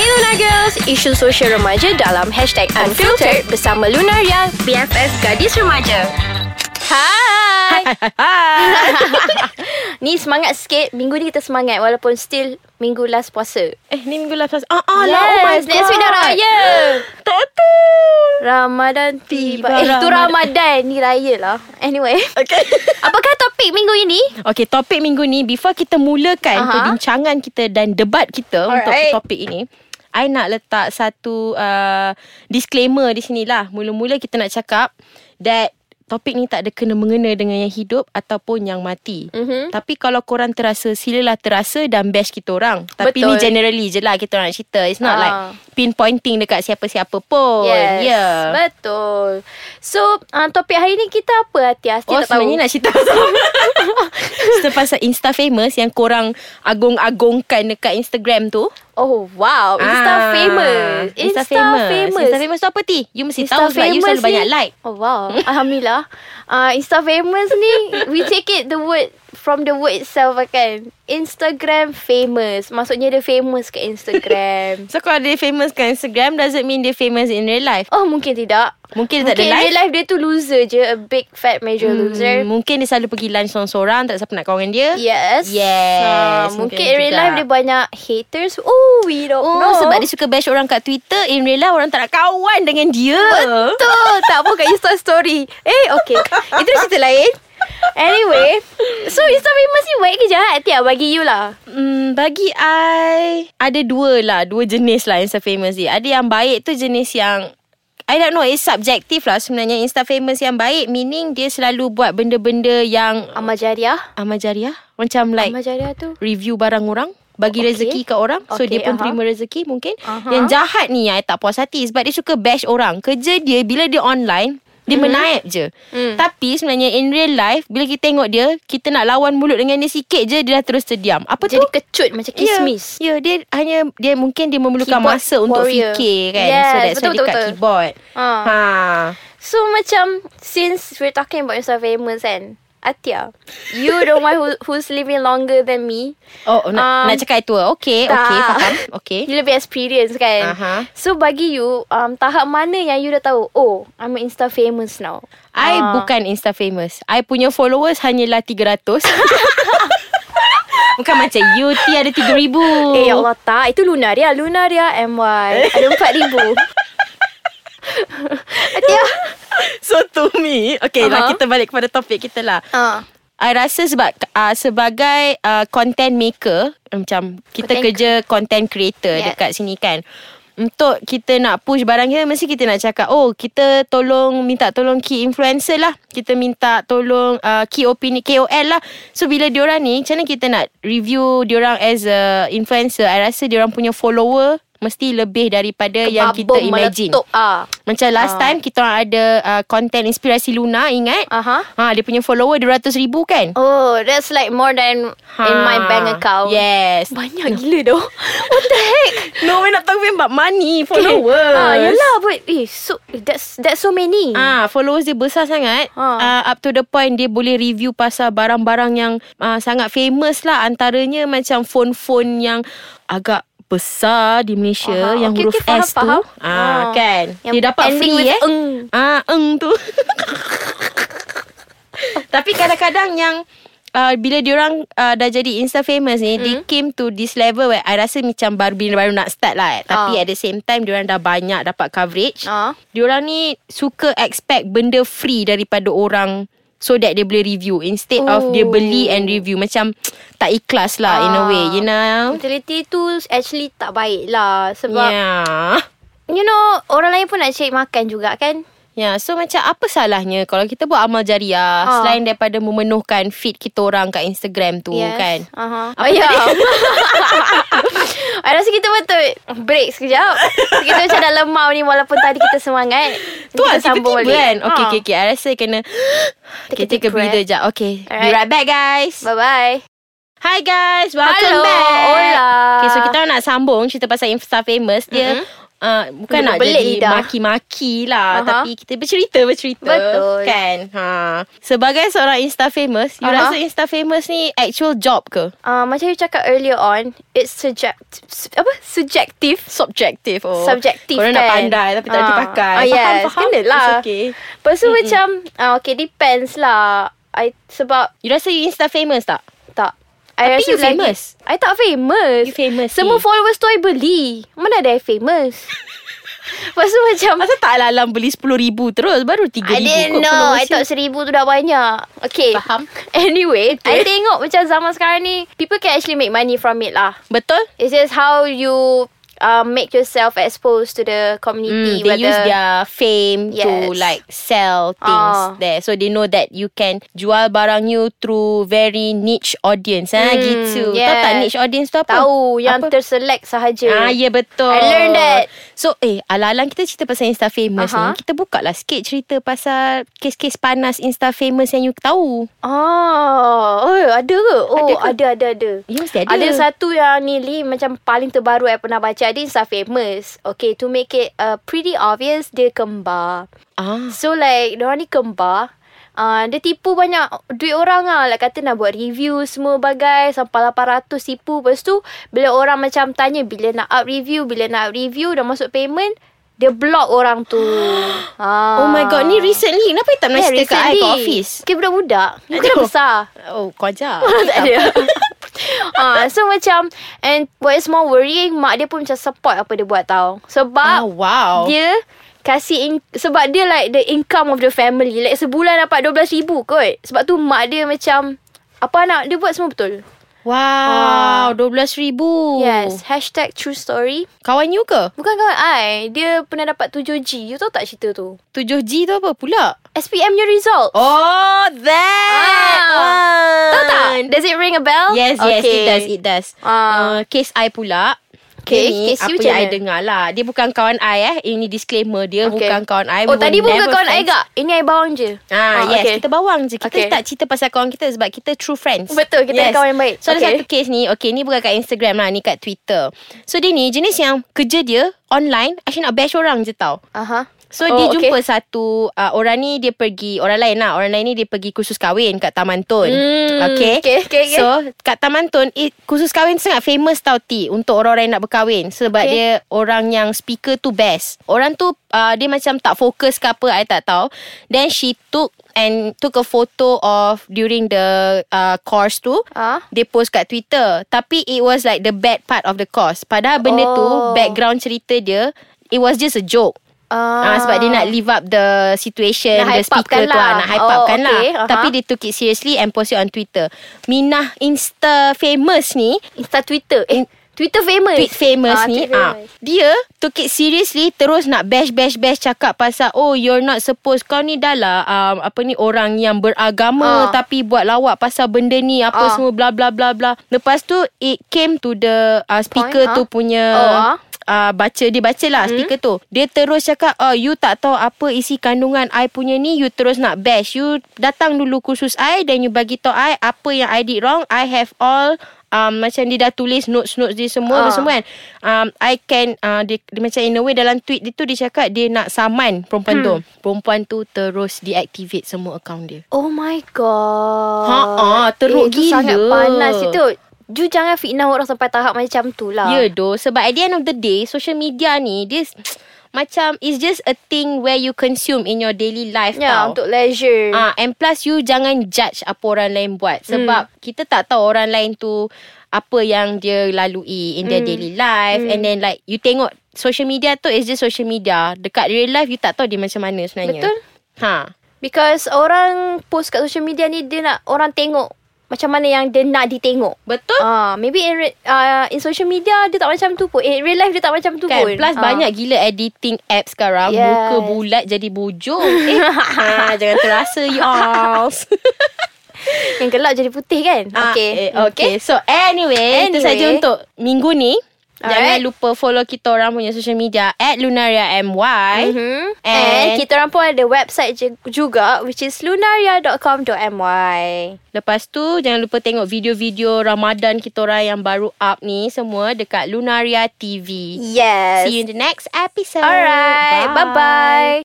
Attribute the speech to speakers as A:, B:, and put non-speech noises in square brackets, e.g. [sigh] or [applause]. A: Lunar Girls, isu sosial remaja dalam hashtag Unfiltered bersama Lunaria, BFF Gadis Remaja. Hai!
B: Hai.
A: Ni semangat sikit. Minggu ni kita semangat walaupun still minggu last puasa.
B: Eh, ni minggu lepas. Ah, ah lah. Oh my
A: Yes,
B: god.
A: next week dah [gasps] raya.
B: Tak tu.
A: Ramadan tiba.
B: Tiba
A: eh, tu
B: Ramadan.
A: Ramadan. Ni raya lah. Anyway.
B: Okay.
A: [laughs] Apakah topik minggu ini?
B: Okay, topik minggu ni before kita mulakan
A: Aha.
B: uh-huh. perbincangan kita dan debat kita Alright. untuk
A: Alright.
B: topik ini, I nak letak satu uh, disclaimer di sinilah. Mula-mula kita nak cakap that topik ni tak ada kena-mengena dengan yang hidup ataupun yang mati.
A: Mhm.
B: Tapi kalau korang terasa, silalah terasa dan bash kita orang. Tapi
A: Betul.
B: ni generally je lah kita orang nak cerita. It's not
A: Ah.
B: like pinpointing dekat siapa-siapa pun.
A: Yes
B: Yeah.
A: Betul So uh, Topik hari ni kita apa Hatias
B: Oh
A: Dia tak tahu
B: sebenarnya nak cerita pasal [laughs] Cerita pasal Insta famous Yang korang Agung-agungkan Dekat Instagram tu
A: Oh wow Insta
B: Ah,
A: famous
B: Insta, famous Insta
A: famous
B: famous tu apa ti? You mesti tahu Sebab you selalu banyak like
A: Oh wow Alhamdulillah uh, Insta famous ni We take it the word From the word itself kan Instagram famous Maksudnya dia famous ke
B: [laughs]
A: Instagram
B: So kalau dia famous kat Instagram Doesn't mean dia famous in real life
A: Oh mungkin tidak
B: Mungkin dia tak
A: Mungkin
B: ada
A: in
B: life
A: real life dia tu loser je A big fat major loser
B: Hmm, mungkin dia Ya. selalu pergi lunch seorang-seorang Tak ada siapa nak kawan dengan dia
A: Yes.
B: Yes,
A: Ah,
B: mungkin
A: mungkin in real
B: juga.
A: life dia banyak haters. Oh, we don't
B: Oh,
A: know.
B: sebab dia suka bash orang kat Twitter In real life orang tak nak kawan dengan dia
A: betul. tak pun kat Insta story. Eh, okay. Itu dah cerita lain. Anyway, so Insta famous ni baik ke jahat tiap bagi you lah.
B: Hmm, bagi I ada dua lah, dua jenis lah Insta famous ni. Ada yang baik tu jenis yang I don't know It's subjective lah sebenarnya Insta famous yang baik Meaning dia selalu buat benda-benda yang
A: Amal jariah.
B: Amal jariah Macam like
A: Amal jariah tu.
B: Review barang orang Bagi
A: Okay.
B: okay. rezeki kat orang
A: Okay,
B: So dia pun
A: aha.
B: terima rezeki mungkin
A: Aha.
B: Yang jahat ni I tak puas hati Sebab dia suka bash orang Kerja dia Bila dia online Dia mm-hmm. menaip je
A: Mhm. Hmm.
B: Tapi sebenarnya In real life Bila kita tengok dia Kita nak lawan mulut dengan dia sikit je Dia dah terus terdiam Apa tu?
A: Jadi kecut macam kismis.
B: Ya, yeah, dia hanya dia mungkin dia memerlukan
A: Keyboard
B: masa untuk
A: warrior.
B: fikir kan.
A: Yes,
B: so that's
A: betul,
B: why
A: betul,
B: dia kat
A: betul.
B: keyboard.
A: Ha.
B: Ha.
A: So macam since we're talking about Insta famous kan. Atia, you the one who, who's living longer than me.
B: Oh, nak,
A: Um,
B: nak cakap itu. Okay,
A: tak.
B: okay, faham.
A: [laughs]
B: Okay.
A: You lebih experience kan
B: Aha.
A: So bagi you um, Tahap mana yang you dah tahu Oh I'm an insta famous now
B: I
A: Ah.
B: bukan Insta famous. I punya followers hanyalah 300. [laughs] bukan macam you T ada 3000.
A: Eh ya Allah tak Itu Lunaria Lunaria MY Ada [laughs] 4000 Atia
B: So to me, okay uh-huh. lah
A: Aha.
B: kita balik kepada topik kita lah.
A: uh,
B: I rasa sebab uh, sebagai uh, content maker macam
A: Content-
B: kita content kerja content creator
A: Yeah.
B: yeah. dekat sini kan. Untuk kita nak push barang kita mesti kita nak cakap oh kita tolong minta tolong key influencer lah. Kita minta tolong uh, key opinion KOL lah. So bila diorang ni macam mana kita nak review diorang as a influencer? I rasa diorang punya follower mesti lebih daripada yang kita imagine.
A: Meletup ah.
B: Macam last
A: Ah.
B: time kita orang ada uh, content inspirasi Luna ingat?
A: Aha.
B: Ha dia punya follower 200 ribu kan?
A: Oh that's like more than
B: ha.
A: In my bank account
B: Yes.
A: Banyak gila doh [laughs] What the heck
B: No, we're not talking about money,
A: Ah, Yelah but eh, so, that's, that's so many
B: Ah, followers dia besar sangat.
A: Ha.
B: Ha. Uh, up to the point dia boleh review pasal barang-barang yang uh, sangat famous lah. Antaranya macam phone-phone yang agak besar di Malaysia
A: Aha,
B: yang
A: okey, okey,
B: huruf
A: faham,
B: S tu.
A: faham.
B: Ah,
A: Ah.
B: kan.
A: Yang
B: dia dapat
A: ending
B: free
A: with
B: eh.
A: eng.
B: Ah, eng tu. Tapi kadang-kadang yang Uh, bila diorang uh, dah jadi Insta famous ni mm. They
A: Mm-hmm.
B: came to this level Where I rasa macam Baru baru nak start lah eh. Tapi
A: Ah.
B: at the same time Diorang dah banyak dapat coverage
A: Ah.
B: Diorang ni Suka expect Benda free Daripada orang So that they boleh review Instead Ooh. of Dia beli and review Macam Tak ikhlas lah In a
A: Oh. Ah.
B: way You know
A: Mentality tu actually tak baik lah Sebab yeah.
B: Yeah
A: You know Orang lain pun nak cari makan juga kan
B: Ya, so macam apa salahnya kalau kita buat amal jariah
A: Ah.
B: ha. selain daripada memenuhkan feed kita orang kat Instagram tu yes. kan?
A: uh-huh.
B: Apa
A: Apa ya [laughs] I rasa kita betul Break sekejap Kita macam dah lemau ni Walaupun tadi kita semangat
B: Tu lah tiba-tiba kan? Okay,
A: Ah.
B: okay, okay. I rasa kena [gasps]
A: Take a
B: okay,
A: deep
B: take a breather
A: breath.
B: sekejap. Okay,
A: Alright.
B: be right back guys.
A: Bye-bye
B: Hi guys, welcome
A: Hello,
B: back.
A: hola.
B: Okay, so kita nak sambung cerita pasal Insta Famous. Dia mm-hmm. uh, bukan nak
A: Belit
B: jadi
A: lidah.
B: maki-maki
A: Aha.
B: lah uh-huh. tapi kita bercerita bercerita
A: Betul.
B: kan. Ha. Sebagai seorang insta famous, uh-huh. you
A: Aha.
B: rasa insta famous ni actual job ke?
A: Uh, macam you cakap earlier on, it's subject apa subjective.
B: Subjective oh.
A: Subjektif
B: Korang nak
A: kan?
B: pandai tapi tak
A: Ah.
B: ada pakai.
A: Ah, yes.
B: Faham faham.
A: Kena lah.
B: It's okay.
A: Lepas tu mm-hmm. macam uh, okay depends lah. I sebab
B: You rasa you insta famous tak?
A: tak. I
B: Tapi
A: rasa
B: you
A: lagi-
B: famous.
A: I tak famous.
B: You famous eh?
A: Semua
B: ni.
A: followers tu I beli. Mana ada I famous?
B: [laughs]
A: Lepas tu macam
B: [laughs] Masa tak lah, alam beli 10000 terus baru 3000
A: I didn't know I thought seribu tu dah banyak Okay
B: Faham.
A: [laughs] Anyway I tengok macam zaman sekarang ni People can actually make money from it lah
B: Betul?
A: It's just how you uh, Make yourself exposed to the community
B: Mm, they use their fame
A: Yes.
B: to like sell things
A: Ah.
B: there. So they know that you can jual barang you through very niche audience. Ah,
A: Mm,
B: gitu. Tahu tak
A: yes.
B: niche audience tu apa?
A: Tahu Yang
B: Apa?
A: terselect sahaja
B: Ah, ya yeah, betul.
A: I learned that.
B: So, eh, alang-alang kita cerita pasal Insta famous
A: Aha.
B: uh-huh. ni, kita buka lah sikit cerita pasal kes-kes panas Insta famous yang you tahu.
A: Oh, oh ada ke? Oh,
B: Ada ke?
A: ada, ada, ada.
B: Ya, mesti ada.
A: Ada satu yang ni Lee macam paling terbaru I pernah baca. Dia Insta famous. Okay, to make it uh, pretty obvious, dia kembar.
B: Ah.
A: So like, diorang ni kembar. Uh, dia tipu banyak duit orang lah. Like kata nak buat review semua bagai. Sampai 800 tipu. Lepas tu, bila orang macam tanya bila nak up review, bila nak up review, dah masuk payment, dia block orang tu. ah.
B: [gasps] Oh my god, ni recently. Kenapa you tak nak
A: Yeah,
B: cerita kat I
A: recently.
B: kat office?
A: Okay, budak-budak. Bukan dah
B: Aduh.
A: besar.
B: Oh, kau [laughs] ajar.
A: tak ada. [laughs] Ah, so macam And what is more worrying Mak dia pun macam support Apa dia buat tau
B: Ah,
A: Sebab
B: wow.
A: Dia Kasih in, Sebab dia like The income of the family Like sebulan dapat 12 ribu kot Sebab tu mak dia macam Apa anak dia buat semua betul
B: Wow, RM12,000.
A: Yes Hashtag true story
B: Kawan you ke?
A: Bukan kawan I Dia pernah dapat 7G You tahu tak cerita tu
B: 7G tu apa pula?
A: SPM your result
B: Oh, that
A: Ah.
B: one.
A: Tahu tak Does it ring a bell
B: Yes,
A: Oh.
B: yes,
A: Okay.
B: it does, it does.
A: Ah.
B: Uh, case I pula.
A: Okay,
B: Ini
A: case you
B: apa
A: macam
B: yang I
A: mana?
B: dengar lah. Dia bukan kawan I eh. Ini disclaimer dia
A: Okay.
B: okay. bukan kawan I.
A: Oh
B: We
A: tadi
B: were
A: bukan
B: never
A: kawan I
B: friends.
A: gak Ini I bawang je
B: Ah, yes, okay. kita bawang je. Kita
A: Okay. Oh,
B: okay. tak cerita pasal kawan kita sebab kita true friends.
A: Betul, kita ada kawan yang baik.
B: So, okay. ada
A: Okay.
B: satu case ni. Okay, ni bukan kat Instagram lah. Ni kat Twitter. So, dia ni jenis yang kerja dia online. Actually nak bash orang je tau.
A: Aha. Oh,
B: So oh, dia
A: okay.
B: jumpa satu uh, Orang ni dia pergi Orang lain lah Orang lain ni dia pergi Kursus kahwin Kat Taman Tun
A: Hmm,
B: okay.
A: okay, okay, okay.
B: So kat Taman Tun it, Kursus kahwin sangat famous tau T Untuk orang-orang yang nak berkahwin Sebab
A: Okay.
B: okay. dia Orang yang speaker tu best Orang tu uh, Dia macam tak fokus ke apa I tak tahu Then she took And took a photo of During the uh, Course tu
A: Ah.
B: Dia post kat Twitter Tapi it was like The bad part of the course Padahal benda tu
A: Oh.
B: Background cerita dia It was just a joke
A: Uh,
B: Ah, sebab dia nak live up the situation
A: Nak hype
B: The
A: upkan
B: speaker tu
A: lah.
B: lah. Nak hype
A: Oh,
B: upkan lah
A: okay. Aha.
B: Tapi dia took it seriously And post it on Twitter Minah Insta famous ni
A: Insta Twitter. Eh, Twitter famous.
B: Oh. Tweet famous
A: Ah, tweet
B: ni ah,
A: famous.
B: Dia took it seriously Terus nak bash bash bash Cakap pasal Oh you're not supposed Kau ni dah lah um, Apa ni orang yang beragama
A: Ah.
B: Tapi buat lawak pasal benda ni
A: Ah.
B: Apa semua bla bla bla bla Lepas tu It came to the uh, Speaker
A: Point,
B: tu
A: ah.
B: punya
A: Oh, ah.
B: uh, baca dia baca lah hmm? speaker tu dia terus cakap oh you tak tahu apa isi kandungan I punya ni you terus nak bash you datang dulu kursus I then you bagi tahu I apa yang I did wrong I have all Um, macam dia dah tulis notes-notes dia
A: Ah.
B: semua uh. semua kan um, I can uh, dia, dia, Macam in a way dalam tweet dia tu Dia cakap dia nak saman perempuan hmm. tu Perempuan tu terus deactivate semua account dia
A: Oh my god.
B: Ha-ah, Ha, teruk
A: eh, itu sangat
B: gila.
A: panas itu. You jangan fitnah orang sampai tahap macam tu lah.
B: Ya yeah, doh Sebab at the end of the day Social media ni Dia macam It's just a thing Where you consume In your daily life
A: Ya,
B: tau
A: untuk leisure.
B: Ah, and plus you jangan judge apa orang lain buat
A: Hmm.
B: sebab mm. kita tak tahu orang lain tu apa yang dia lalui in
A: Hmm.
B: their daily life and then like you tengok social media tu is just social media. Dekat real life you tak tahu dia macam mana sebenarnya.
A: Betul.
B: Ha.
A: Because orang post kat social media ni dia nak orang tengok macam mana yang dia nak ditengok.
B: Betul?
A: Ah, maybe in re- ah, in social media dia tak macam tu pun. In real life dia tak macam tu
B: Kan
A: pun. Ah.
B: Plus banyak gila editing app sekarang
A: Yes.
B: Muka bulat jadi bujung
A: [laughs]
B: eh, ha, Jangan terasa you all
A: yang gelap jadi putih kan.
B: Ah,
A: okay.
B: eh, okay. Mm. So anyway, anyway, itu
A: eh, Anyway.
B: saja untuk minggu ni.
A: Alright.
B: Jangan lupa follow kita orang punya social media At Lunaria MY
A: Mm-hmm. And,
B: Eh? And
A: And kita orang pun ada website je- juga which is lunaria.com.my.
B: Lepas tu jangan lupa tengok video-video Ramadan kita orang yang baru up ni Semua dekat Lunaria TV
A: Yes.
B: See you in the next episode
A: Alright. Bye bye.